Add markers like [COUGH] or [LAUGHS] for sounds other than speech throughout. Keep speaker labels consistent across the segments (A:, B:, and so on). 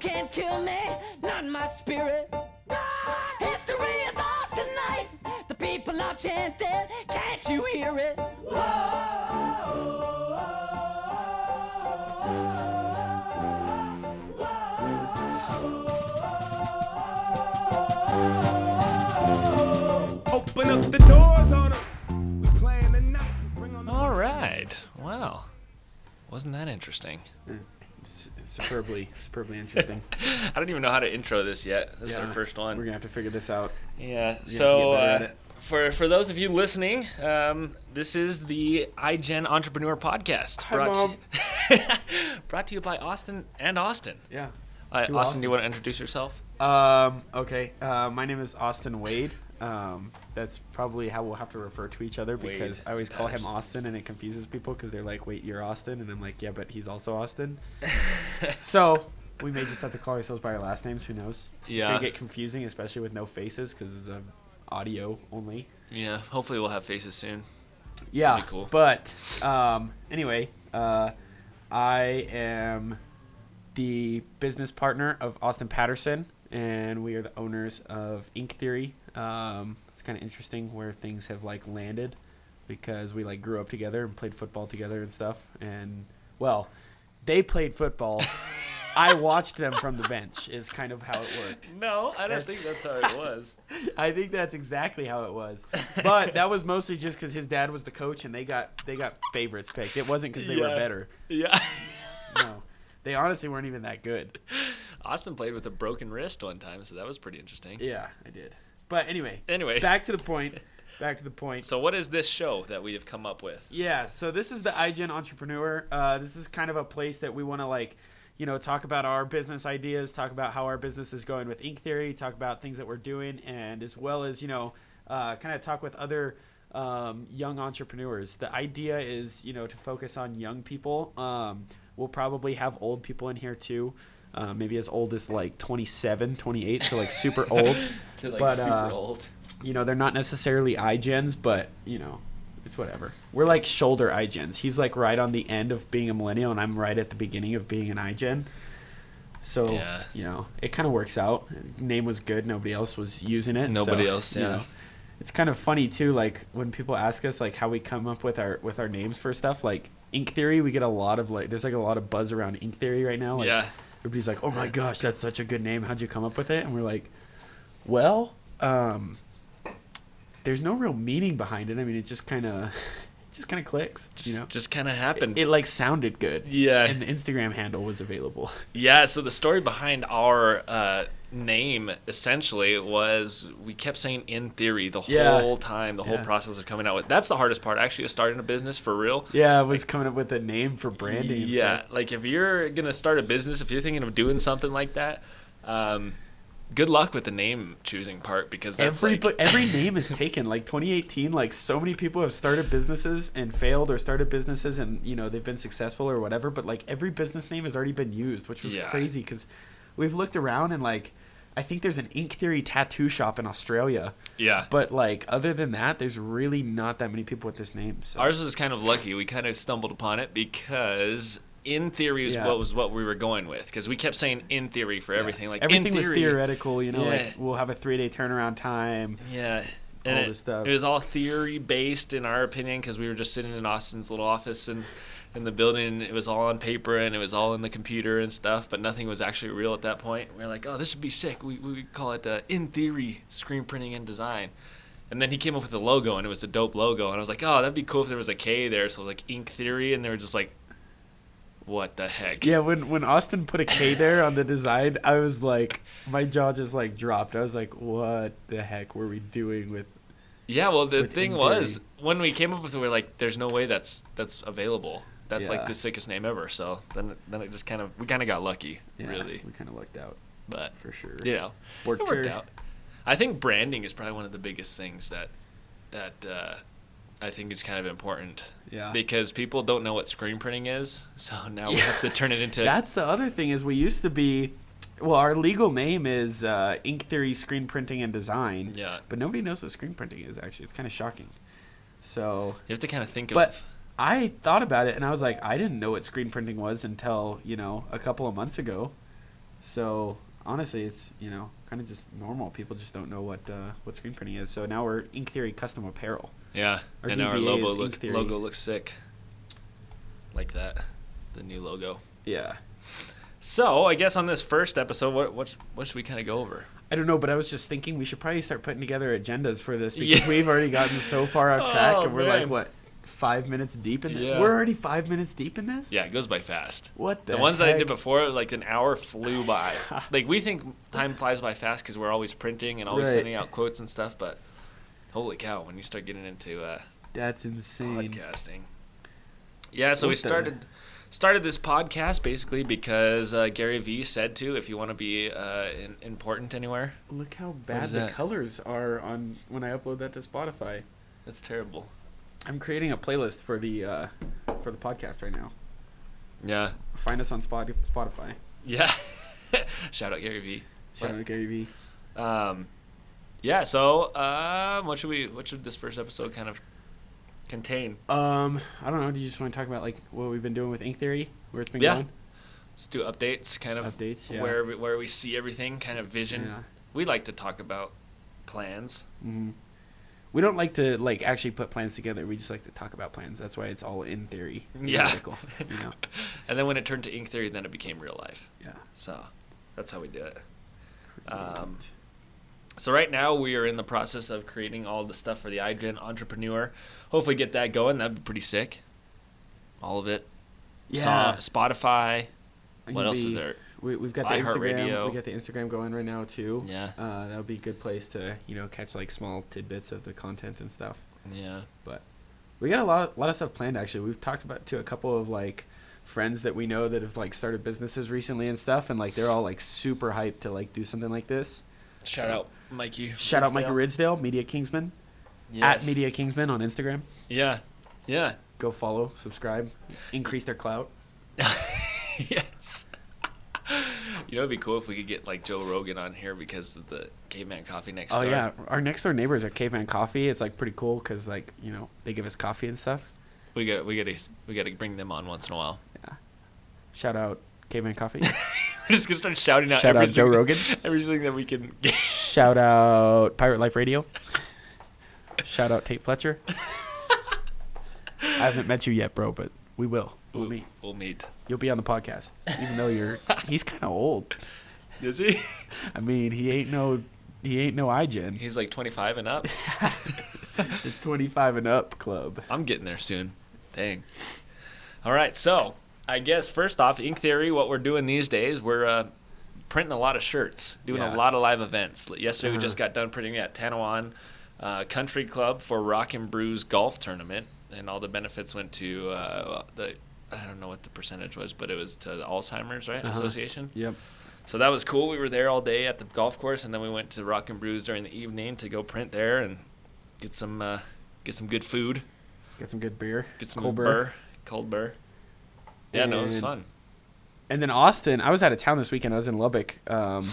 A: can't kill me, not my spirit. History is ours tonight. The people are chanting, can't you hear it?
B: Open up the doors on 'em. We playing the night. Bring on the
C: All right. Wow. Wasn't that interesting?
D: It's superbly, superbly
C: [LAUGHS]
D: interesting.
C: I don't even know how to intro this yet. This is our
D: Yeah.
C: first
D: We're
C: one.
D: gonna have to figure this out.
C: Yeah.
D: get
C: So
D: better at
C: uh,
D: it.
C: for for those of you listening, um, this is the iGen Entrepreneur Podcast. brought
D: Mom.
C: To, brought to you [LAUGHS] by Austin and Austin.
D: Yeah.
C: Uh,
D: Two
C: Austin, do you
D: Austins.
C: want to introduce yourself?
D: Um, okay. Uh, my name is Austin Wade. Um, that's probably how we'll have to refer to each other because
C: Wade.
D: I always call him
C: Absolutely.
D: Austin and it confuses people because they're like, wait, you're Austin? And I'm like, yeah, but he's also
C: [LAUGHS]
D: Austin. so we may just have to call ourselves by our last names. Who knows? It's
C: Yeah.
D: going to get confusing, especially with no faces because it's um, audio only.
C: Yeah. Hopefully, we'll have faces soon.
D: Yeah.
C: That'd be cool.
D: But um, anyway, uh, I am the business partner of Austin Patterson, and we are the owners of Ink Theory. Um, it's kind of interesting where things have like landed because we like grew up together and played football together and stuff. And well, they played football. I watched them from the bench. Is kind of how it worked.
C: No, I
D: don't think
C: that's
D: [LAUGHS]
C: how it was.
D: I think that's exactly how it was. But that was mostly just because his dad was the coach, and they got they got favorites picked. It wasn't because they were
C: Yeah.
D: better.
C: yeah.
D: No, they honestly weren't even that good.
C: [LAUGHS] Austin played with a broken wrist one time, so that was pretty interesting.
D: Yeah, I did. But anyway,
C: Anyways.
D: back to the point. Back to the point.
C: So, what is this show that we have come up with?
D: Yeah, so this is the iGen Entrepreneur. Uh, this is kind of a place that we want to like, you know, talk about our business ideas, talk about how our business is going with Ink Theory, talk about things that we're doing, and as well as you know, uh, kind of talk with other um, young entrepreneurs. The idea is you know to focus on young people. Um, we'll probably have old people in here too. Uh, maybe as old as like 27, 28, so like super old.
C: To like
D: But,
C: super
D: uh,
C: old.
D: you know, they're not necessarily iGens, but you know, it's whatever. We're like shoulder iGens. He's like right on the end of being a millennial, and I'm right at the beginning of being an iGen. So
C: Yeah.
D: you know, it kind of works out. Name was good. Nobody else was using it. so,
C: Nobody else,
D: you
C: yeah.
D: know. it's kind of funny too. Like when people ask us like how we come up with our with our names for stuff. Like Ink Theory, we get a lot of like. There's like a lot of buzz around Ink Theory right now. Like,
C: Yeah.
D: Everybody's like, "Oh my gosh, that's such a good name. How'd you come up with it?" And we're like, "Well, um, there's no real meaning behind it. I mean, it just kind of, [LAUGHS] it just kind of clicks.
C: Just,
D: You know,
C: just kind of happened.
D: it like sounded good.
C: Yeah.
D: and the Instagram handle was available.
C: Yeah, so the story behind our uh, name essentially was we kept saying in theory the
D: Yeah.
C: whole time, the whole
D: Yeah.
C: process of coming out with. That's the hardest part, actually, of starting a business for real.
D: Yeah, [LAUGHS] I was coming up with a name for branding. And
C: yeah,
D: stuff.
C: like if you're gonna start a business, if you're thinking of doing something like that, um, good luck with the name choosing part because that's
D: Every
C: like-
D: but every name is taken. Like 2018, like so many people have started businesses and failed, or started businesses and you know they've been successful or whatever. But like every business name has already been used, which was
C: Yeah.
D: crazy because we've looked around and like I think there's an Ink Theory tattoo shop in Australia,
C: yeah.
D: but like other than that, there's really not that many people with this name. So
C: Ours was kind of lucky. We kind of stumbled upon it because in theory is
D: Yeah.
C: what was what we were going with because we kept saying in theory for
D: Yeah.
C: everything. Like
D: everything
C: in
D: was
C: theory,
D: theoretical. You know,
C: Yeah.
D: like we'll have a three day turnaround time.
C: Yeah.
D: all
C: And it,
D: this stuff.
C: it was all theory based in our opinion because we were just sitting in Austin's little office and in the building. And it was all on paper and it was all in the computer and stuff, but nothing was actually real at that point. We were like, oh, this would be sick. We, we would call it uh, in theory screen printing and design. And then he came up with the logo and it was a dope logo. And I was like, oh, that'd be cool if there was a K there. So like ink theory. And they were just like, what the heck?
D: Yeah, when when Austin put a K there on the design, I was like, my jaw just like dropped. I was like, what the heck were we doing with?
C: Yeah, well, the
D: with
C: thing
D: Ink
C: was
D: Theory.
C: when we came up with it, we were like, "There's no way that's that's available. That's like
D: Yeah.
C: the sickest name ever." So then then it just kind of we kind of got lucky,
D: Yeah,
C: really.
D: we kind of lucked out
C: But
D: for sure.
C: you know,
D: Worked
C: it worked
D: her.
C: out. I think branding is probably one of the biggest things that that uh, I think is kind of important
D: yeah.
C: because people don't know what screen printing is. So [LAUGHS] now we
D: Ah. Yeah.
C: have to turn
D: [LAUGHS]
C: it into
D: That's the other thing is we used to be, well, our legal name is uh, Ink Theory Screen Printing and Design.
C: yeah.
D: But nobody knows what screen printing is actually. It's kind of shocking. So
C: You have to kind of think
D: But-
C: of
D: I thought about it and I was like, I didn't know what screen printing was until you know a couple of months ago. So honestly, it's you know kind of just normal. People just don't know what uh, what screen printing is. So now we're Ink Theory custom apparel.
C: Yeah,
D: Our
C: and now our
D: DBA
C: logo
D: is E Ink
C: look,
D: Theory.
C: logo looks sick. Like that, the new logo.
D: Yeah.
C: So I guess on this first episode, what what what should we kind of go over?
D: I don't know, but I was just thinking we should probably start putting together agendas for this because
C: Yeah.
D: we've already gotten so far off track,
C: [LAUGHS] Oh,
D: and we're like
C: man.
D: what five minutes deep in. This?
C: Yeah.
D: We're already five minutes deep in this.
C: Yeah, it goes by fast.
D: What the?
C: The ones that I
D: heck?
C: did before, like an hour flew [LAUGHS] by. like we think time flies by fast because we're always printing and always
D: Right.
C: sending out quotes and stuff. But holy cow, when you start getting into uh,
D: That's insane.
C: podcasting, yeah. So we
D: What the-
C: started started this podcast basically because uh, Gary Vee said to, if you want to be uh, in, important anywhere,
D: Look how bad
C: is
D: the
C: that?
D: colors are on when I upload that to Spotify.
C: that's terrible.
D: I'm creating a playlist for the uh, for the podcast right now.
C: Yeah,
D: Find us on Spot- Spotify.
C: yeah. [LAUGHS] Shout out Gary Vee.
D: Shout out to Gary Vee.
C: Um, yeah. So, um, what should we? What should this first episode kind of contain?
D: Um, I don't know. Do you just want to talk about like what we've been doing with Ink Theory, where it's been
C: Yeah.
D: going?
C: Just do updates, kind of
D: Updates, yeah.
C: where we, where we see everything, kind of vision.
D: Yeah.
C: We like to talk about plans.
D: We don't like to like actually put plans together. We just like to talk about plans. That's why it's all in theory.
C: Yeah.
D: theoretical, You
C: [LAUGHS]
D: know.
C: And then when it turned to ink theory, then it became real life.
D: Yeah.
C: So that's how we do it. Um, So right now we are in the process of creating all the stuff for the iGen entrepreneur. Hopefully get that going. That'd be pretty sick. All of it.
D: yeah.
C: So- Spotify.
D: I
C: What
D: can
C: else
D: be-
C: is there?
D: We, we've got the Instagram.
C: iHeartRadio.
D: We got the Instagram going right now too.
C: Yeah.
D: Uh, that would be a good place to you know catch like small tidbits of the content and stuff.
C: Yeah.
D: but we got a lot, lot of stuff planned actually we've talked about to a couple of like friends that we know that have like started businesses recently and stuff and like they're all like super hyped to like do something like this
C: Shout out Mikey.
D: shout out michael
C: Ridsdale.
D: ridsdale media kingsman
C: Yes.
D: at media kingsman on instagram
C: Yeah.
D: [LAUGHS]
C: Yeah.
D: go follow subscribe increase their clout
C: yes. [LAUGHS] you know, it'd be cool if we could get like Joe Rogan on here because of the caveman coffee next
D: oh
C: door.
D: yeah our next door neighbors are caveman coffee it's like pretty cool because like you know they give us coffee and stuff
C: We got we got to we got to bring them on once in a while. [LAUGHS]
D: shout out caveman coffee
C: We're just gonna start shouting out.
D: shout
C: every
D: out joe
C: single-
D: rogan
C: [LAUGHS] Everything that we can. get.
D: shout out pirate life radio shout out tate fletcher i haven't met you yet bro but we will we'll meet
C: We'll meet.
D: you'll be on the podcast even though you're he's kind of old
C: Is he?
D: i mean he ain't no he ain't no igen
C: [LAUGHS] He's like 25 and up.
D: the 25 and up club
C: I'm getting there soon. Dang. All right, so I guess first off, Ink Theory. What we're doing these days, we're uh, printing a lot of shirts, doing
D: Yeah.
C: a lot of live events. Like, Yesterday we just got done printing at Tanawan uh, Country Club for Rock and Brews Golf Tournament, and all the benefits went to uh, the I don't know what the percentage was, but it was to the Alzheimer's right association.
D: yep
C: So that was cool. We were there all day at the golf course, and then we went to Rock and Brews during the evening to go print there and get some uh, get some good food.
D: get some good beer
C: Get some
D: Cold
C: cold
D: beer.
C: burr. Cold burr. Yeah, no, it was
D: And-
C: fun.
D: and then Austin, I was out of town this weekend. I was in Lubbock, um,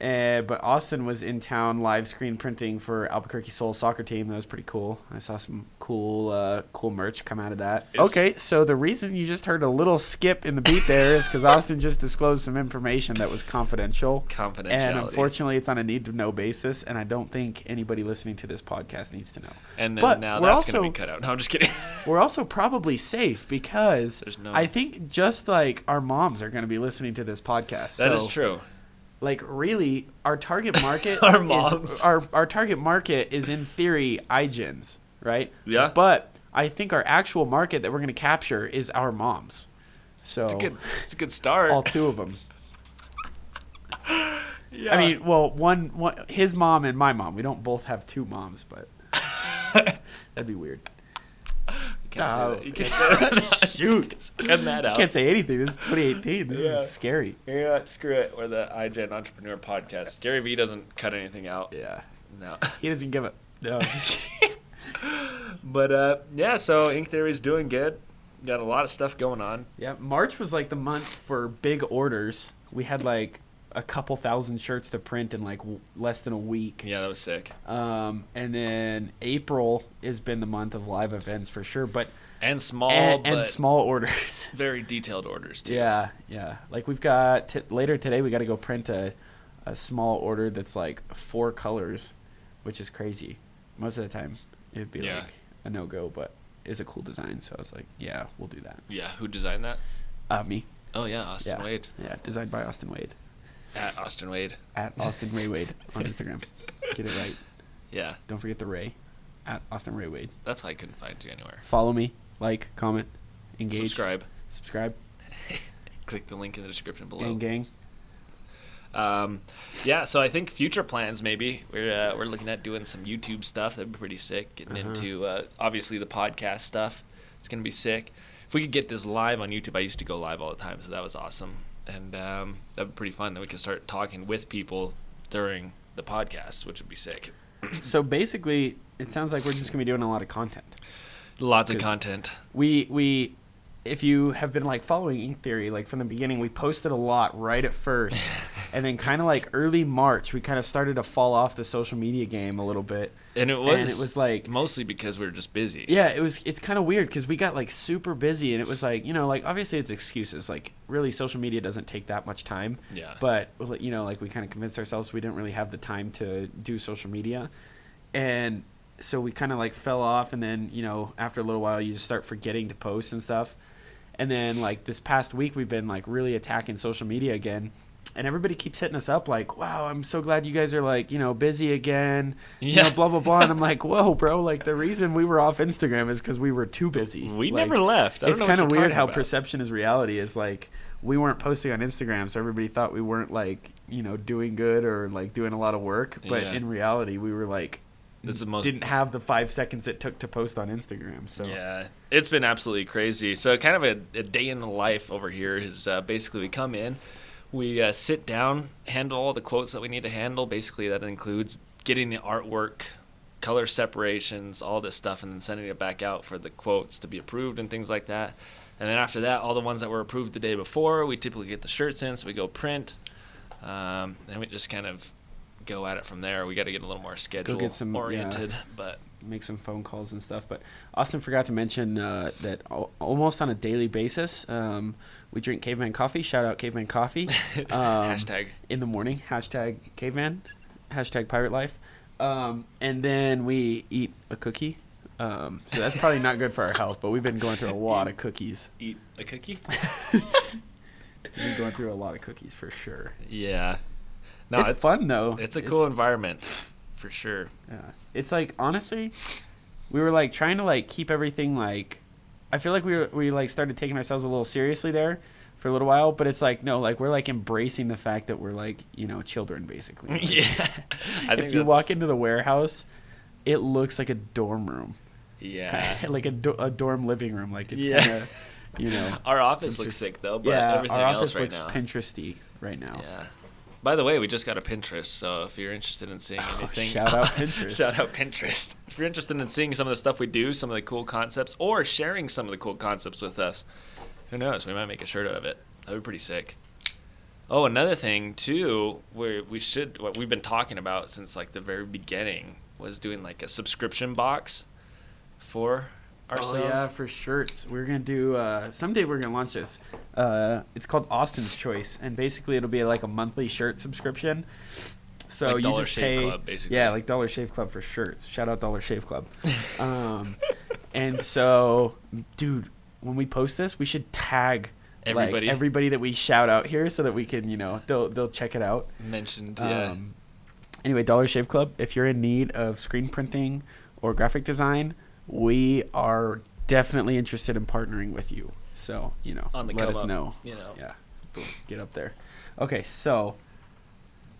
D: eh, but Austin was in town live screen printing for Albuquerque Soul soccer team. That was pretty cool. I saw some cool, uh, cool merch come out of that.
C: It's-
D: okay, so the reason you just heard a little skip in the beat there is because Austin just disclosed some information that was confidential.
C: Confidentiality.
D: And unfortunately, it's on a need to know basis, and I don't think anybody listening to this podcast needs to know.
C: And then
D: but
C: now
D: we're
C: that's gonna
D: also-
C: be cut out. No, I'm just kidding. [LAUGHS]
D: We're also probably safe because
C: There's no-
D: I think just like our moms are going to be listening to this podcast.
C: That is
D: so-
C: true.
D: like really our
C: [LAUGHS]
D: target market
C: Our
D: is- [LAUGHS]
C: moms.
D: our, our target market is in theory igens right
C: Yeah.
D: but i think our actual market that we're going to capture is our moms so
C: It's a good it's a good start.
D: all two of them
C: Yeah.
D: i mean well one, one his mom and my mom we don't both have two moms
C: [LAUGHS]
D: but that'd be weird
C: you can't say that. [LAUGHS] You can't
D: shoot
C: cut that out.
D: uh, can't say anything this is 2018 this
C: Yeah.
D: is scary
C: yeah, screw it. We're the iGen Entrepreneur Podcast. Gary Vee doesn't cut anything out.
D: yeah
C: No. [LAUGHS]
D: he doesn't give a no I'm just kidding.
C: But uh, yeah, so Ink Theory's doing good. Got a lot of stuff going on.
D: Yeah, March was like the month for big orders. We had like a couple thousand shirts to print in like w- less than a week.
C: Yeah, that was sick.
D: Um, and then April has been the month of live events for sure. But
C: and small
D: and,
C: but
D: and small orders. [LAUGHS]
C: very detailed orders too.
D: Yeah, yeah. Like we've got t- later today. We got to go print a, a small order that's like four colors, which is crazy. Most of the time, it'd be
C: Yeah.
D: like a no go, but it's a cool design. So I was like, yeah, we'll do that.
C: Yeah, who designed that?
D: Uh, me.
C: Oh yeah, Austin
D: yeah.
C: Wade
D: Yeah, designed by Austin Wade
C: at Austin Wade.
D: at Austin Ray Wade on Instagram. Get it right.
C: Yeah,
D: Don't forget the Ray at Austin Ray Wade.
C: that's how I couldn't find you anywhere.
D: Follow me, like, comment, engage,
C: Subscribe.
D: subscribe,
C: Click the link in the description below.
D: gang, gang.
C: Um, yeah, so I think future plans maybe we're uh, we're looking at doing some YouTube stuff. That'd be pretty sick. Getting
D: Uh-huh.
C: into uh, obviously the podcast stuff. It's gonna be sick. If we could get this live on YouTube, I used to go live all the time, so that was awesome, and um, that'd be pretty fun. Then we could start talking with people during the podcast, which would be sick.
D: So basically, it sounds like we're just gonna be doing a lot of content.
C: Lots of
D: Good.
C: content.
D: we we if you have been like following ink theory like from the beginning we posted a lot right at first
C: [LAUGHS]
D: and then kind of like early march we kind of started to fall off the social media game a little bit
C: And it was,
D: and it was like
C: mostly because we were just busy.
D: yeah it was it's kind of weird because we got like super busy and it was like you know like obviously it's excuses like really social media doesn't take that much time
C: Yeah.
D: but well, you know like we kind of convinced ourselves we didn't really have the time to do social media and so we kind of like fell off and then you know after a little while you just start forgetting to post and stuff and then like this past week we've been like really attacking social media again and everybody keeps hitting us up like wow i'm so glad you guys are like you know busy again you know
C: Yeah.
D: blah blah blah
C: [LAUGHS]
D: and i'm like whoa bro like the reason we were off instagram is because we were too busy
C: We
D: Like,
C: never left. I don't
D: it's
C: know what
D: kind
C: you're
D: of weird
C: talking
D: how
C: about.
D: perception is reality is like we weren't posting on instagram so everybody thought we weren't like you know doing good or like doing a lot of work but
C: Yeah.
D: in reality we were like
C: This is the most
D: didn't have the five seconds it took to post on instagram so
C: Yeah, it's been absolutely crazy. So, kind of a, a day in the life over here is uh, basically we come in, we uh, sit down, handle all the quotes that we need to handle. Basically, that includes getting the artwork, color separations, all this stuff, and then sending it back out for the quotes to be approved and things like that. And then after that, all the ones that were approved the day before, we typically get the shirts in, so we go print. Um, and we just kind of go at it from there. We got to get a little more schedule
D: some- yeah.
C: oriented, but
D: make some phone calls and stuff but austin forgot to mention uh, that al- almost on a daily basis um, we drink caveman coffee shout out caveman coffee
C: [LAUGHS]
D: um,
C: hashtag
D: in the morning. Hashtag caveman. Hashtag pirate life. Um, and then we eat a cookie. Um, so that's probably not good for our health, but we've been going through a lot of cookies.
C: eat a cookie.
D: We've been going through a lot of cookies for sure.
C: Yeah. No,
D: it's, fun though.
C: It's a cool environment, for sure.
D: [LAUGHS] Yeah. It's like honestly, we were like trying to like keep everything like. I feel like we were, we like started taking ourselves a little seriously there for a little while, but it's like no, like we're like embracing the fact that we're like you know children
C: [LAUGHS]
D: basically. Like,
C: Yeah. I
D: if you walk into the warehouse, it looks like a dorm room, [LAUGHS]
C: Yeah.
D: like a, do- a dorm living room. Like it's
C: Yeah.
D: kind of, you know,
C: Our office looks
D: Interesting.
C: sick though, [LAUGHS] but
D: yeah.
C: everything
D: Our
C: else
D: office
C: right
D: looks
C: now.
D: Pinteresty right now.
C: yeah. By the way, we just got a Pinterest, so if you're interested in seeing anything,
D: Oh, shout
C: [LAUGHS]
D: out Pinterest.
C: shout out Pinterest. [LAUGHS] If you're interested in seeing some of the stuff we do, some of the cool concepts, or sharing some of the cool concepts with us, who knows? We might make a shirt out of it. That'd be pretty sick. Oh, another thing too, where we should what we've been talking about since like the very beginning was doing like a subscription box for
D: Oh
C: ourselves.
D: yeah, for shirts. We're gonna do uh, someday. We're gonna launch this. Uh, it's called Austin's Choice, and basically it'll be like a monthly shirt subscription. So
C: Like
D: you
C: Dollar
D: just
C: Shave
D: pay,
C: Club, basically.
D: yeah, like Dollar Shave Club for shirts. Shout out Dollar Shave
C: [LAUGHS]
D: Club. um, and so, dude, when we post this, we should tag
C: Everybody.
D: like, everybody that we shout out here, so that we can, you know, they'll they'll check it out.
C: mentioned. Yeah,
D: Um, anyway, Dollar Shave Club, if you're in need of screen printing or graphic design, we are definitely interested in partnering with you. So, you know,
C: on the
D: let
C: come
D: us
C: up,
D: know.
C: You know.
D: Yeah. Boom. Get up there. Okay, so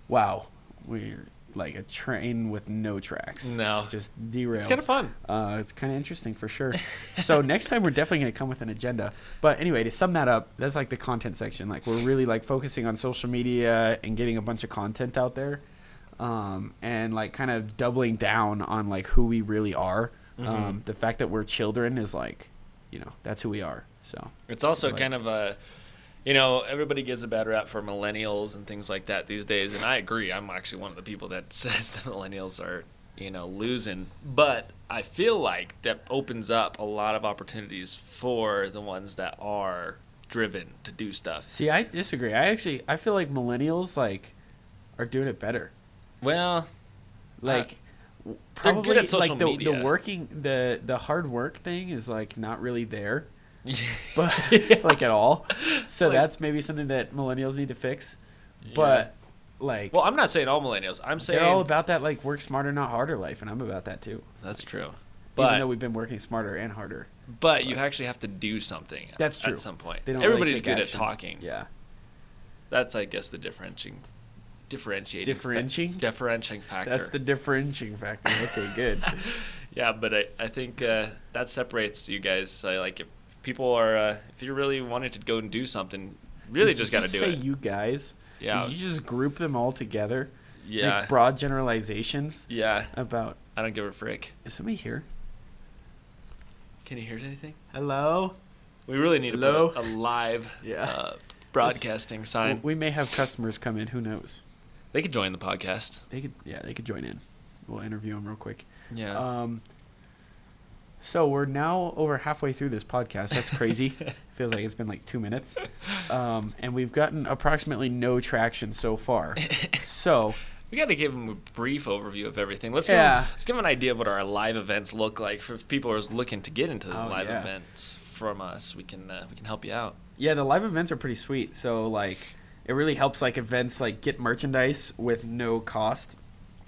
D: wow. We're like a train with no tracks.
C: No.
D: Just derailed.
C: It's kind of fun.
D: Uh, it's kind of interesting for sure. so next time we're definitely going to come with an agenda. But anyway, to sum that up, that's like the content section. Like we're really like focusing on social media and getting a bunch of content out there, um, and like kind of doubling down on like who we really are. Um, the fact that we're children is like, you know, that's who we are. So
C: It's also
D: Like-
C: kind of a, you know, everybody gives a bad rap for [LAUGHS] millennials and things like that these days, and I agree. I'm actually one of the people that says that millennials are, you know, losing. But I feel like that opens up a lot of opportunities for the ones that are driven to do stuff.
D: See, I disagree. I actually I feel like millennials like are doing it better.
C: Well,
D: Like w-
C: they're good
D: probably
C: at social
D: like the,
C: media.
D: the working the the hard work thing is like not really
C: [LAUGHS]
D: there. but like at all. So that's maybe something that millennials need to fix. But like
C: well, I'm not saying all millennials. I'm saying
D: they're all about that like work smarter not harder life and I'm about that too.
C: that's true.
D: Even though
C: But
D: we've been working smarter and harder.
C: but you actually have to do something.
D: That's true.
C: At some point,
D: They don't really
C: everybody's
D: take
C: good
D: action.
C: at talking.
D: Yeah.
C: That's I guess the differentiating, differentiating, fa-
D: Differentiating?
C: differentiating factor.
D: That's the differentiating
C: [LAUGHS]
D: factor. Okay, good.
C: Yeah, but I, I think uh, that separates you guys. So, like, if people are, uh, if you really wanted to go and do something, really
D: Did
C: just
D: you
C: got to do
D: say
C: it.
D: you guys.
C: Yeah.
D: Did you just group them all together.
C: yeah.
D: Make broad generalizations
C: yeah.
D: about.
C: I don't give a frick.
D: Is somebody here?
C: Can you hear anything?
D: Hello.
C: We really need
D: Hello?
C: to put a live
D: Yeah.
C: uh, broadcasting sign.
D: We may have customers come in. Who knows?
C: they could join the podcast.
D: They could. Yeah, they could join in. We'll interview them real quick.
C: Yeah.
D: Um. So we're now over halfway through this podcast. That's crazy. Feels like it's been like two minutes, um, and we've gotten approximately no traction so far. So
C: we got to give them a brief overview of everything. Let's give
D: Yeah.
C: 'em- let's give 'em an idea of what our live events look like for if people are looking to get into the
D: Oh,
C: live
D: yeah.
C: events from us. We can uh, we can help you out.
D: Yeah, the live events are pretty sweet. So like, it really helps like events like get merchandise with no cost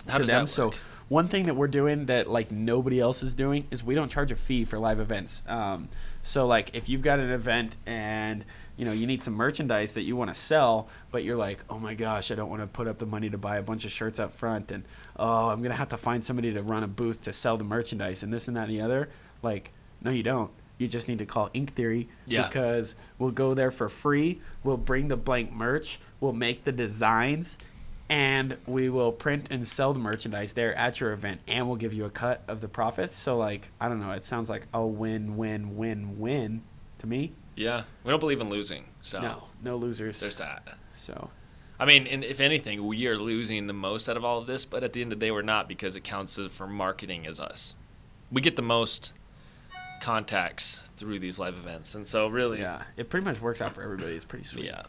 C: How
D: to
C: does
D: them.
C: that
D: So
C: work?
D: one thing that we're doing that like nobody else is doing is we don't charge a fee for live events. Um, so like if you've got an event and you know you need some merchandise that you want to sell, but you're like, oh my gosh, I don't want to put up the money to buy a bunch of shirts up front, and oh I'm gonna have to find somebody to run a booth to sell the merchandise and this and that and the other. Like no, you don't. You just need to call Ink Theory
C: Yeah.
D: because we'll go there for free. We'll bring the blank merch. We'll make the designs, and we will print and sell the merchandise there at your event, and we'll give you a cut of the profits. So, like, I don't know. It sounds like a win, win, win, win to me.
C: Yeah, we don't believe in losing. So
D: No, no losers.
C: there's that.
D: So,
C: I mean, and if anything, we are losing the most out of all of this, but at the end of the day, we're not because it counts as- for marketing as us. We get the most contacts through these live events, and so really,
D: yeah, it pretty much works out for everybody. It's pretty sweet.
C: yeah.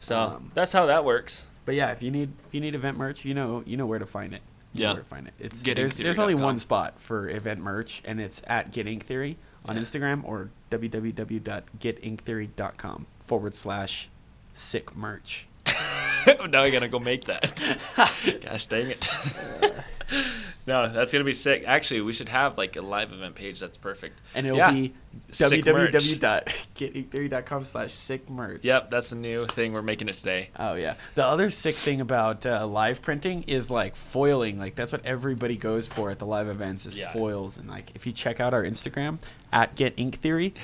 C: So
D: Um,
C: that's how that works.
D: But yeah, if you need if you need event merch, you know you know where to find it. You
C: Yeah.
D: know where to find it. It's
C: Get
D: there's, there's only
C: inktheory.com.
D: one spot for event merch, and it's at Get Ink Theory on
C: Yeah.
D: Instagram or www.getinktheory.com forward slash sick merch.
C: [LAUGHS] now I gotta go make
D: [LAUGHS]
C: that. Gosh dang it. [LAUGHS] no, that's gonna be sick. Actually, we should have like a live event page. That's perfect.
D: And it'll
C: Yeah.
D: be
C: Sick merch.
D: [LAUGHS] www.getinktheory.com slash sick merch.
C: Yep, that's the new thing we're making it today.
D: Oh yeah. The other sick thing about uh, live printing is like foiling. Like that's what everybody goes for at the live events is
C: Yeah.
D: foils. And like if you check out our Instagram at Get Ink
C: [LAUGHS]
D: Theory,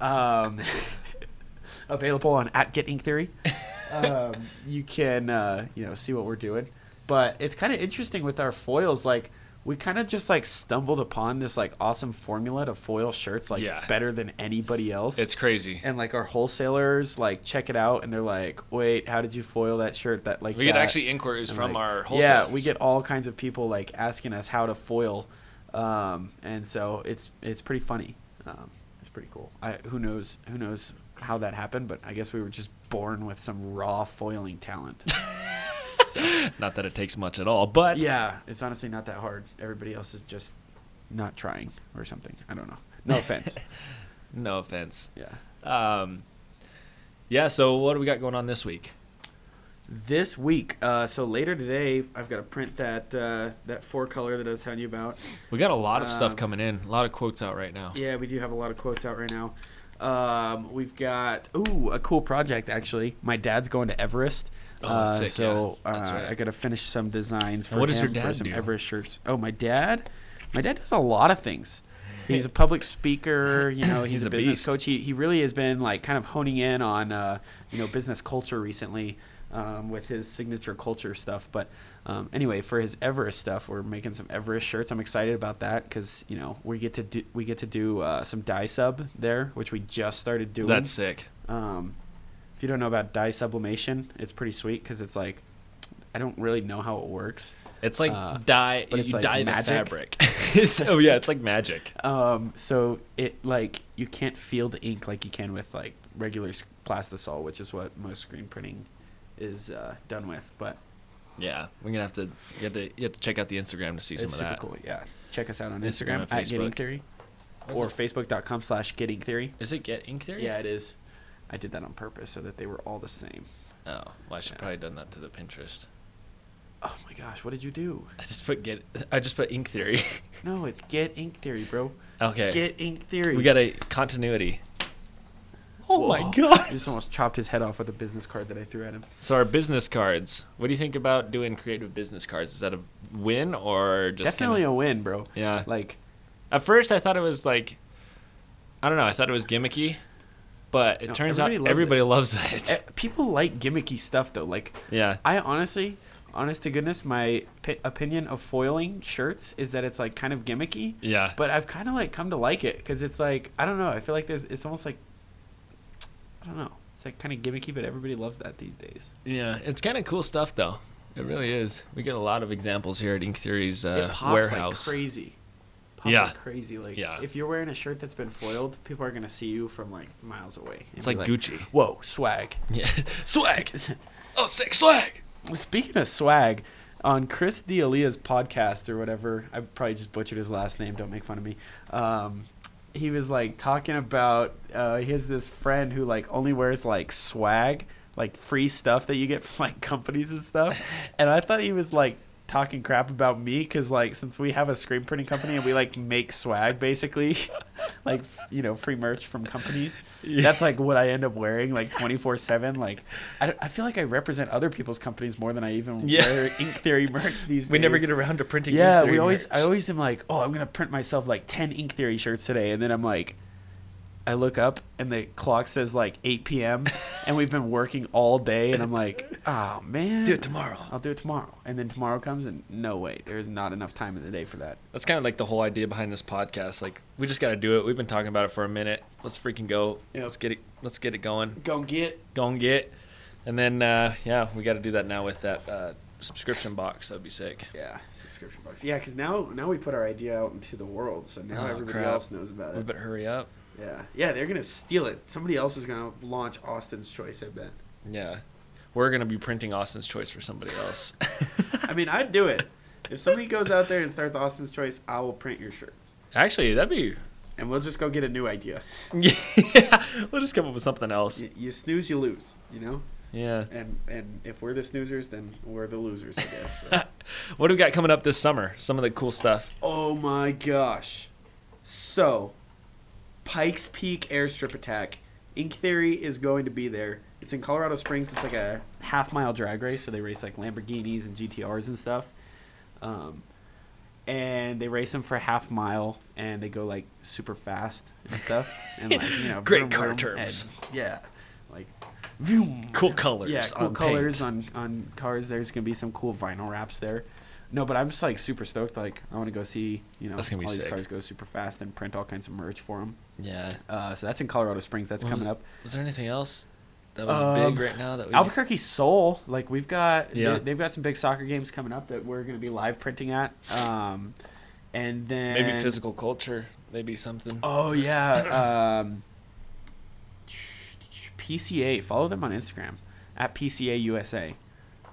D: um, available on at Get Ink Theory, um, you can uh, you know see what we're doing. But it's kind of interesting with our foils. Like we kind of just like stumbled upon this like awesome formula to foil shirts like
C: Yeah.
D: better than anybody else
C: It's crazy.
D: and like our wholesalers like check it out and they're like, "Wait, how did you foil that shirt?" That like
C: We get
D: that?"
C: actually inquiries
D: And,
C: from
D: like,
C: our
D: yeah,
C: wholesalers.
D: we get all kinds of people like asking us how to foil, um, and so it's it's pretty funny. Um, it's pretty cool. I who knows who knows how that happened, but I guess we were just born with some raw foiling
C: [LAUGHS]
D: talent. so,
C: [LAUGHS] Not that it takes much at all, but
D: yeah, it's honestly not that hard. Everybody else is just not trying or something. I don't know. No
C: [LAUGHS]
D: offense.
C: no offense.
D: yeah.
C: Um, yeah. So what do we got going on this week?
D: this week. Uh, so later today, I've got to print that uh, that four color that I was telling you about.
C: We got a lot of stuff
D: Um,
C: coming in. A lot of quotes out right now.
D: Yeah, we do have a lot of quotes out right now. Um, we've got ooh a cool project actually. My dad's going to Everest.
C: Oh,
D: uh,
C: sick,
D: so
C: yeah. That's
D: uh,
C: right.
D: I got to finish some designs for
C: what does
D: him
C: your
D: for
C: dad
D: some
C: do?
D: Everest shirts. Oh, my dad, my dad does a lot of
C: [LAUGHS]
D: things. He's a public speaker. You know, he's,
C: He's
D: a,
C: a
D: business
C: beast.
D: coach. He he really has been like kind of honing in on uh, you know business culture recently. Um, with his signature culture stuff, but um, anyway, for his Everest stuff, we're making some Everest shirts. I'm excited about that because you know we get to do we get to do uh, some dye sub there, which we just started doing.
C: That's sick.
D: Um, if you don't know about dye sublimation, it's pretty sweet because it's like I don't really know how it works.
C: It's like dye.
D: Uh, but it's
C: you
D: like
C: dye
D: magic.
C: the fabric. [LAUGHS] it's oh yeah, it's like magic.
D: Um, so it like you can't feel the ink like you can with like regular s- plastisol, which is what most screen printing is uh, done with. But
C: Yeah, we're gonna have to you have to you have to check out the Instagram to see some
D: it's
C: of
D: super
C: that.
D: cool. Yeah, check us out on
C: Instagram
D: Instagram,
C: and
D: at Getting
C: Facebook.
D: Theory
C: What's
D: or
C: it-
D: Facebook.com slash Getting Theory.
C: Is it get ink theory?
D: Yeah, it is. I did that on purpose so that they were all the same.
C: Oh, well, I should probably done that to the Pinterest.
D: Oh my gosh, what did you do?
C: I just put get. I just put ink theory. [LAUGHS]
D: No, it's Get Ink Theory, bro.
C: okay.
D: Get Ink Theory.
C: we got a continuity.
D: Oh
C: my gosh.
D: I just almost chopped his head off with a business card that I threw at him.
C: So our business cards. What do you think about doing creative business cards? Is that a win or just
D: Definitely
C: Kinda,
D: a win, bro.
C: yeah.
D: Like
C: At first, I thought it was like, I don't know. I thought it was gimmicky, but it
D: No,
C: turns
D: everybody
C: out
D: loves it.
C: everybody loves it.
D: eh, people like gimmicky stuff though. Like
C: [LAUGHS] yeah.
D: I honestly, honest to goodness, my pi opinion of foiling shirts is that it's like kind of gimmicky.
C: Yeah.
D: But I've kind of like come to like it because it's like I don't know. I feel like there's it's almost like I don't know. It's like kind of gimmicky, but everybody loves that these days.
C: yeah. It's kind of cool stuff, though. It really is. We get a lot of examples here at Ink Theory's uh,
D: it pops
C: warehouse.
D: like crazy. Pops
C: Yeah.
D: like crazy. Like
C: Yeah.
D: if you're wearing a shirt that's been foiled, people are gonna see you from like miles away. and
C: it's
D: be
C: like, [LAUGHS] Gucci.
D: Whoa, swag.
C: Yeah. [LAUGHS] swag. Oh, sick swag.
D: Speaking of swag, on Chris D'Elia's podcast or whatever, I probably just butchered his last name. Don't make fun of me. Um, he was like talking about uh, he has this friend who like only wears like swag, like free stuff that you get from like [LAUGHS] companies and stuff. And I thought he was like talking crap about me because like since we have a screen printing company and we like make swag basically [LAUGHS] like f- you know free merch from companies that's like what i end up wearing like 24-7 like I, don't- I feel like i represent other people's companies more than i even
C: Yeah.
D: wear ink theory merch these days
C: We never get around to printing. Ink
D: yeah
C: Theory
D: we always
C: merch.
D: i always am like oh i'm gonna print myself like 10 ink theory shirts today and then i'm like i look up and the clock says like 8 p.m and we've been working all day and i'm like oh man
C: do it tomorrow.
D: I'll do it tomorrow. And then tomorrow comes, and no way, there's not enough time in the day for that.
C: That's kind of like the whole idea behind this podcast. Like, we just got to do it. We've been talking about it for a minute. Let's freaking go.
D: Yeah.
C: Let's get it. Let's get it going.
D: Go get.
C: Go and get. And then, uh, yeah, we got to do that now with that uh, subscription box. That'd be sick.
D: Yeah, subscription box. Yeah, because now now we put our idea out into the world, so now
C: Oh,
D: everybody
C: crap.
D: else knows about
C: We
D: it.
C: better hurry up.
D: Yeah, yeah, they're gonna steal it. Somebody else is gonna launch Austin's Choice. I bet.
C: Yeah. We're going to be printing Austin's Choice for somebody else. [LAUGHS]
D: I mean, I'd do it. If somebody goes out there and starts Austin's Choice, I will print your shirts,
C: Actually, that'd be.
D: and we'll just go get a new idea.
C: Yeah. We'll just come up with something else.
D: You, you snooze, you lose. You know,
C: Yeah.
D: and and if we're the snoozers, then we're the losers, I guess. so.
C: What do we got coming up this summer? Some of the cool stuff.
D: Oh my gosh. So, Pikes Peak airstrip attack. Ink Theory is going to be there. It's in Colorado Springs. It's like a half mile drag race, so they race like Lamborghinis and GTRs and stuff. Um, and they race them for a half mile, and they go like super fast and stuff. And like you know,
C: [LAUGHS] Great
D: vroom,
C: car
D: vroom,
C: terms.
D: and- yeah, like vroom.
C: Cool colors.
D: Yeah, cool
C: on
D: colors
C: paint.
D: on on cars. There's gonna be some cool vinyl wraps there. No, but I'm just like super stoked. Like I want to go see you know all
C: That's gonna be
D: these
C: sick.
D: cars go super fast and print all kinds of merch for them.
C: Yeah.
D: Uh, so that's in Colorado Springs. That's
C: What was
D: coming
C: it?
D: up.
C: Was there anything else that was
D: Um,
C: big right now that we.
D: Albuquerque Soul. Like we've got
C: Yeah.
D: they, they've got some big soccer games coming up that we're gonna be live printing at. Um, and then
C: Maybe physical culture. Maybe something.
D: Oh yeah. Um, PCA. Follow them on Instagram at PCA USA.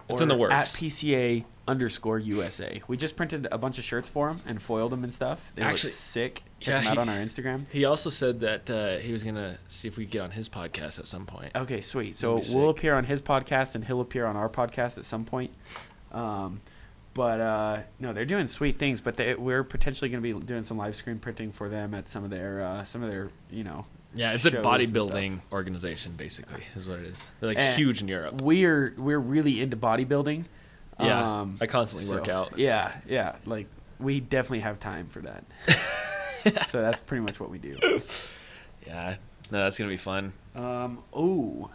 C: It's in the
D: or At
C: works.
D: PCA underscore USA. We just printed a bunch of shirts for them and foiled them and stuff. They
C: Actually-
D: look sick. Check
C: yeah,
D: them out
C: he-
D: on our Instagram.
C: He also said that uh, he was gonna see if we could get on his podcast at some point.
D: Okay, sweet. So
C: be
D: we'll
C: sick.
D: appear on his podcast and he'll appear on our podcast at some point. Um, but uh, no, they're doing sweet things. But they, we're potentially going to be doing some live screen printing for them at some of their uh, some of their you know
C: Yeah, it's a
D: shows and stuff. Eh.
C: bodybuilding organization, basically, is what it is. They're like
D: And-
C: huge in Europe.
D: we're we're really into bodybuilding. Um,
C: Yeah, I constantly
D: so-
C: work out.
D: Yeah, yeah. Like we definitely have time for
C: [LAUGHS]
D: that. so that's pretty much what we do.
C: Yeah, no, that's gonna be fun.
D: Um, oh,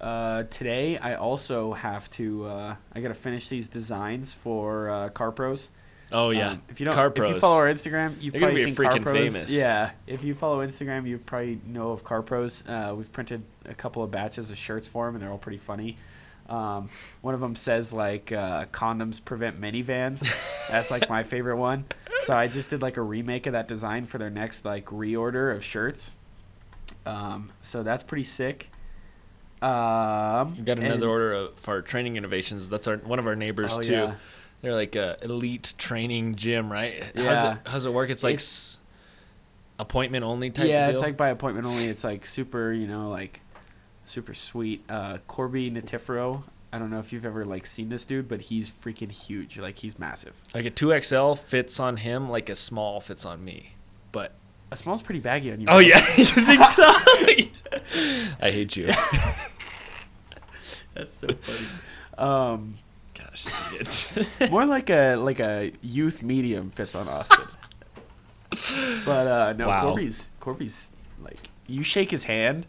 D: uh, today I also have to. Uh, I got to finish these designs for uh, Car Pros.
C: Oh yeah,
D: Um, if you don't,
C: Car
D: if
C: Pros.
D: you follow our Instagram, you've
C: They're gonna
D: probably seen
C: be
D: Car
C: freaking
D: Pros.
C: famous.
D: Yeah, if you follow Instagram, you probably know of Car Pros. Uh, we've printed a couple of batches of shirts for them, and they're all pretty funny. Um, one of them says like uh, condoms prevent
C: [LAUGHS]
D: minivans. That's like my favorite one. So I just did like a remake of that design for their next like reorder of shirts. Um, so that's pretty sick. Um,
C: We got
D: and-
C: another order of, for training innovations. That's our one of our neighbors
D: Oh,
C: too.
D: yeah.
C: They're like a elite training gym, right?
D: Yeah.
C: How's it, how's it work? It's like
D: It's-
C: s appointment only type.
D: yeah,
C: deal?
D: it's like by appointment only. It's like super, you know, like super sweet. Uh, Corby Natifero. I don't know if you've ever like seen this dude, but he's freaking huge. Like he's massive.
C: like a two XL fits on him, like a small fits on me. But
D: A small's pretty baggy on you.
C: oh yeah, [LAUGHS] you think so? I hate you.
D: that's so funny. Um,
C: Gosh, idiot.
D: more like a like a youth medium fits on Austin. but uh, no,
C: Wow.
D: Corby's Corby's like you shake his hand,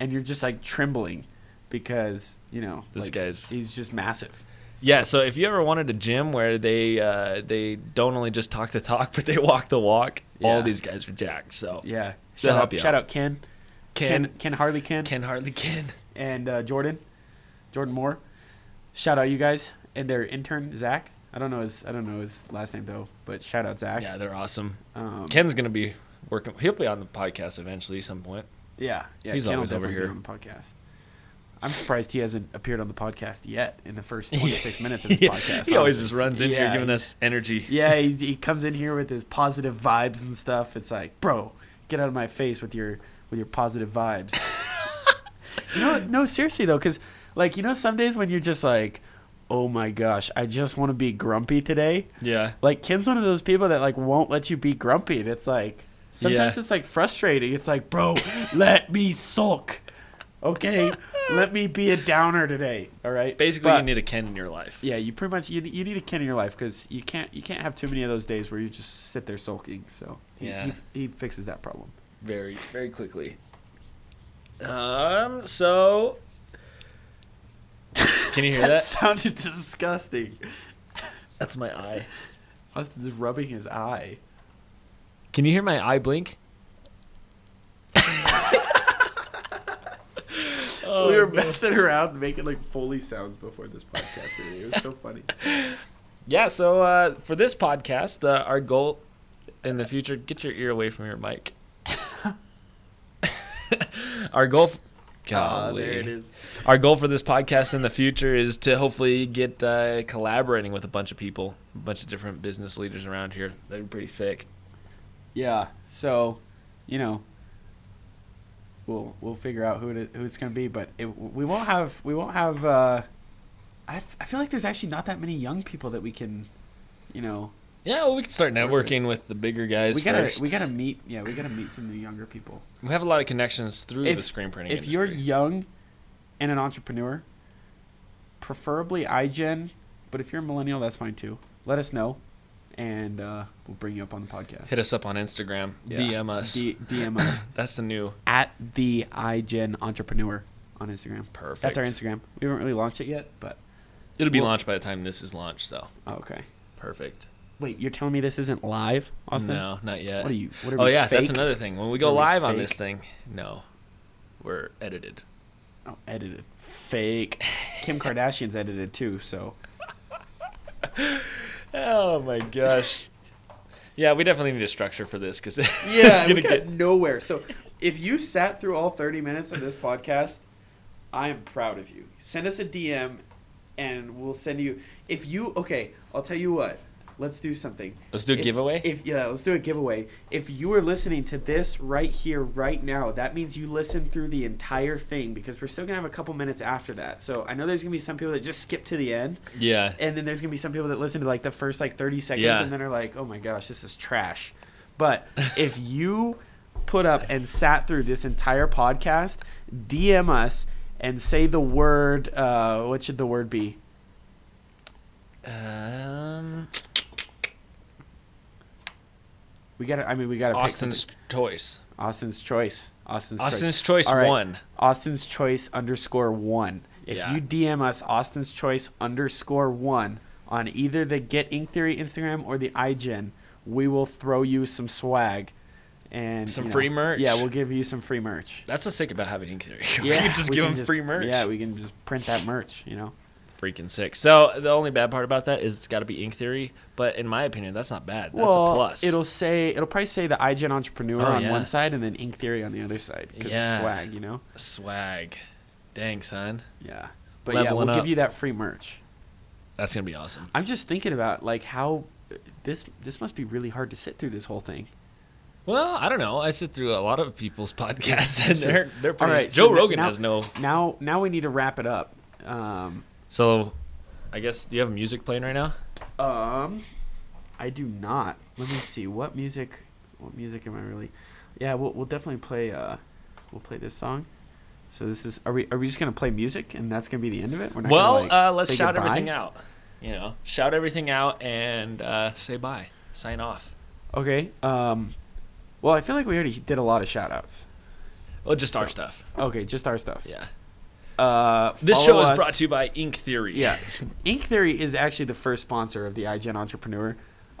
D: and you're just like trembling because you know
C: This
D: like,
C: guy's-
D: he's just massive.
C: [LAUGHS] yeah. So if you ever wanted a gym where they uh, they don't only just talk the talk, [LAUGHS] but they walk the walk,
D: Yeah.
C: all these guys are jacked. So
D: Yeah,
C: They'll
D: shout
C: help
D: out,
C: you
D: shout
C: out.
D: out Ken.
C: Ken,
D: Ken, Ken Harley, Ken,
C: Ken hardly Ken.
D: and uh, Jordan, Jordan Moore. Shout out you guys and their intern Zach. I don't know his I don't know his last name though, but shout out Zach.
C: Yeah, they're awesome.
D: um,
C: Ken's gonna be working. He'll be on the podcast eventually some point.
D: yeah, yeah.
C: He's
D: Ken will
C: always over
D: definitely be
C: here.
D: on the podcast. I'm surprised he hasn't appeared on the podcast yet in the
C: [LAUGHS]
D: first 26 minutes of this
C: [LAUGHS] Yeah,
D: podcast.
C: he always
D: honestly.
C: just runs in
D: Yeah,
C: here giving
D: he's-
C: us energy.
D: Yeah, he, he comes in here with his positive vibes and stuff. It's like, bro, get out of my face with your with your positive
C: [LAUGHS]
D: vibes. you know, no, seriously though, because like you know, some days when you're just like, oh my gosh, I just want to be grumpy today.
C: Yeah.
D: Like Ken's one of those people that like won't let you be grumpy, and it's like sometimes
C: Yeah.
D: it's like frustrating. It's like, bro, let me sulk,
C: [LAUGHS]
D: okay? let me be a downer today, all right?
C: Basically,
D: But-
C: you need a Ken in your life.
D: yeah, you pretty much you, you need a kid in your life because you can't you can't have too many of those days where you just sit there sulking. So he,
C: Yeah.
D: he, he fixes that problem.
C: Very, very quickly. Um. So. Can you [LAUGHS] hear
D: That
C: that?
D: sounded disgusting.
C: [LAUGHS] That's my eye.
D: Austin's rubbing his eye.
C: Can you hear my eye blink? Oh,
D: we were messing around making like Foley sounds before this podcast today. It was so funny.
C: Yeah. So uh, for this podcast, uh, our goal in the future, get your ear away from your [LAUGHS] mic. our goal. F-
D: Ah, there
C: [LAUGHS] Golly.
D: it is.
C: Our goal for this podcast in the future is to hopefully get uh, collaborating with a bunch of people, a bunch of different business leaders around here. That'd be pretty sick.
D: Yeah. So, you know, we'll we'll figure out who it, who it's gonna be, but it, we won't have we won't have. Uh, I f- I feel like there's actually not that many young people that we can, you know.
C: Yeah, well, we could start networking with the bigger guys
D: we gotta
C: first.
D: we gotta meet yeah we gotta meet some of the younger people
C: We have a lot of connections through the screen printing.
D: if you're
C: industry.
D: young and an entrepreneur preferably iGen but if you're a millennial that's fine too let us know and uh, we'll bring you up on the podcast
C: hit us up on Instagram,
D: Yeah.
C: DM us.
D: D- DM
C: [LAUGHS]
D: us
C: That's the new
D: at the iGen entrepreneur on Instagram
C: perfect.
D: that's our Instagram we haven't really launched it yet but
C: It'll be
D: Well-
C: launched by the time this is launched, so
D: oh, okay
C: perfect.
D: wait you're telling me this isn't live Austin
C: No, not yet.
D: what are you what are
C: oh
D: we,
C: yeah, that's
D: fake?
C: another thing. When we go
D: Are we
C: live on this
D: fake?
C: thing, no, we're edited.
D: Oh, edited. Fake.
C: [LAUGHS]
D: Kim Kardashian's edited too, so
C: Oh my gosh. [LAUGHS] yeah, we definitely need a structure for this because [LAUGHS] it's
D: yeah,
C: gonna
D: we got
C: get
D: nowhere. So if you sat through all 30 minutes of this podcast, I am proud of you. Send us a DM and we'll send you if you okay, I'll tell you what. Let's do something.
C: Let's do a
D: If-
C: giveaway?
D: If yeah, let's do a giveaway. If you are listening to this right here right now, that means you listened through the entire thing because we're still going to have a couple minutes after that. So I know there's going to be some people that just skip to the end.
C: yeah.
D: and then there's gonna be some people that listen to like the first like 30 seconds
C: Yeah.
D: and then are like oh my gosh this is trash but [LAUGHS] if you put up and sat through this entire podcast dm us and say the word uh, what should the word be
C: Um,
D: we gotta i mean we gotta pick
C: Austin's
D: something.
C: choice.
D: austin's choice austin's,
C: Austin's choice
D: All right.
C: one.
D: austin's choice underscore one if
C: Yeah.
D: you dm us austin's choice underscore one on either the get ink theory instagram or the igen we will throw you some swag and
C: Some
D: you know,
C: free merch.
D: Yeah, we'll give you some free merch.
C: That's what's sick about having Ink Theory. [LAUGHS] we
D: Yeah,
C: can just
D: we
C: give
D: can
C: them free merch.
D: Yeah, we can just print that merch. You know.
C: freaking sick. So the only bad part about that is it's got to be Ink Theory, but in my opinion, that's not bad. That's a plus.
D: It'll say it'll probably say the iGen entrepreneur
C: Oh,
D: on
C: yeah.
D: one side and then Ink Theory on the other side because
C: Yeah.
D: swag, you know.
C: swag. Dang son,
D: Yeah, but yeah,
C: Leveling
D: we'll
C: up.
D: give you that free merch.
C: that's gonna be awesome.
D: I'm just thinking about like how uh, this this must be really hard to sit through this whole thing.
C: Well, I don't know. I sit through a lot of people's [LAUGHS] podcasts, and
D: Sure.
C: they're they're pretty.
D: Alright, so
C: Joe
D: n-
C: Rogan
D: now-
C: has no.
D: Now now we need to wrap it up. Um,
C: So, I guess do you have music playing right now?
D: um, I do not. Let me see what music. What music am I really? Yeah, we'll we'll definitely play. Uh, we'll play this song. So this is are we are we just gonna play music and that's gonna be the end of it? We're not gonna,
C: Well,
D: like,
C: uh, let's
D: say
C: shout
D: goodbye?
C: everything out. You know, shout everything out and uh, say bye. Sign off.
D: Okay. Um, well, I feel like we already did a lot of shout outs.
C: Well, just our
D: So-
C: stuff.
D: Okay, just our stuff.
C: Yeah.
D: Uh,
C: This
D: follow
C: show is
D: us-
C: brought to you by Ink Theory.
D: Yeah. Ink Theory is actually the first sponsor of the iGen Entrepreneur,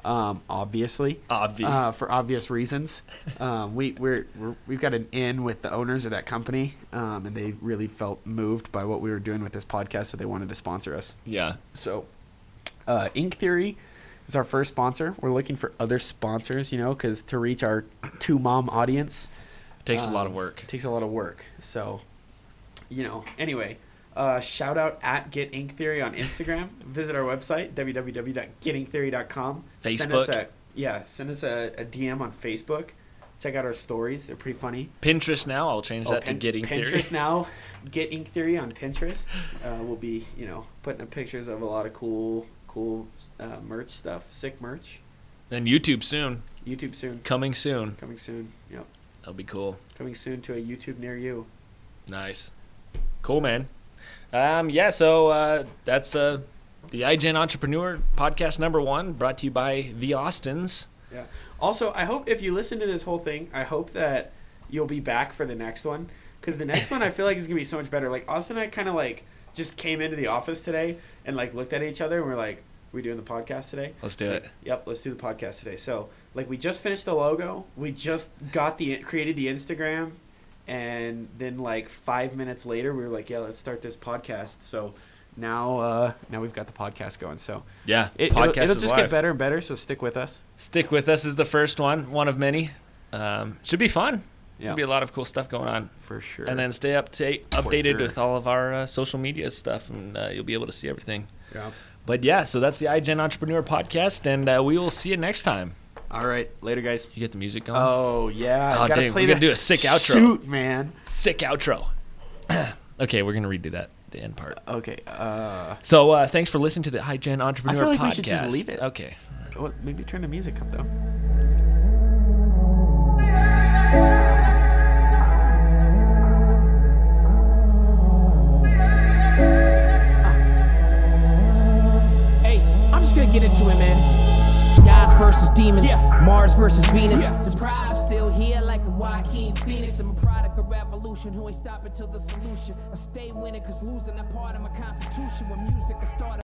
D: um, obviously.
C: Obvi.
D: Uh, for obvious reasons. Um, we, we're, we're, we've got an in with the owners of that company, um, and they really felt moved by what we were doing with this podcast, so they wanted to sponsor us.
C: yeah.
D: So, uh, Ink Theory is our first sponsor. We're looking for other sponsors, you know, because to reach our two mom audience
C: Takes a lot of
D: um,
C: work.
D: takes a lot of work. So, you know, anyway, uh, shout out at Get Ink Theory on Instagram. Visit our website, www.getinktheory.com. Send us
C: Facebook.
D: a, yeah, send us a, a DM on Facebook. Check out our stories. They're pretty funny.
C: Pinterest now. I'll change that
D: Pen-
C: to getting
D: oh, Pinterest
C: theory.
D: now. Get Ink Theory on Pinterest. Uh, we'll be, you know, putting up pictures of a lot of cool, cool uh, merch stuff, sick merch.
C: And YouTube soon,
D: YouTube soon.
C: coming soon.
D: Coming soon. Yep.
C: That'll be cool.
D: Coming soon to a YouTube near you.
C: Nice, cool man. Um, yeah. So uh, that's uh, the iGen Entrepreneur podcast number one, brought to you by the Austins.
D: Yeah. Also, I hope if you listen to this whole thing, I hope that you'll be back for the next one because the next one I feel like is gonna be so much better. Like Austin and I kind of like just came into the office today and like looked at each other and we're like, "We doing the podcast today?"
C: Let's do it.
D: Like, yep, let's do the podcast today. So like we just finished the logo, we just got the created the Instagram, and then like five minutes later we were like, "Yeah, let's start this podcast." So. Now, uh, now we've got the podcast going, so
C: Yeah,
D: it,
C: podcast
D: will it'll
C: is
D: just
C: live.
D: get better and better. So stick with us.
C: Stick with us is the first one, one of many. Um, should be fun.
D: Yeah,
C: Should be a lot of cool stuff going on.
D: for sure.
C: And then stay up to date, updated
D: Torture.
C: with all of our uh, social media stuff, and uh, you'll be able to see everything.
D: yeah.
C: But yeah, so that's the iGen Entrepreneur podcast, and uh, we will see you next time.
D: All right, later, guys.
C: You get the music going?
D: Oh yeah,
C: Oh,
D: gotta
C: dang,
D: play
C: we gotta
D: that
C: do a sick outro.
D: Suit, man.
C: Sick outro.
D: [COUGHS]
C: okay, we're going to redo that, the end part.
D: Okay, uh,
C: So uh, thanks for listening to the iGen Entrepreneur podcast.
D: like we should just leave it.
C: Okay.
D: well, maybe turn the music up though.
E: Hey, I'm just gonna get into it, man. Gods versus demons, Mars versus Venus. Surprise, still here like a Joaquin Phoenix. I'm a product of revolution who ain't stopping till the solution. I stay winning, cause losing a part of my constitution. When music, I start.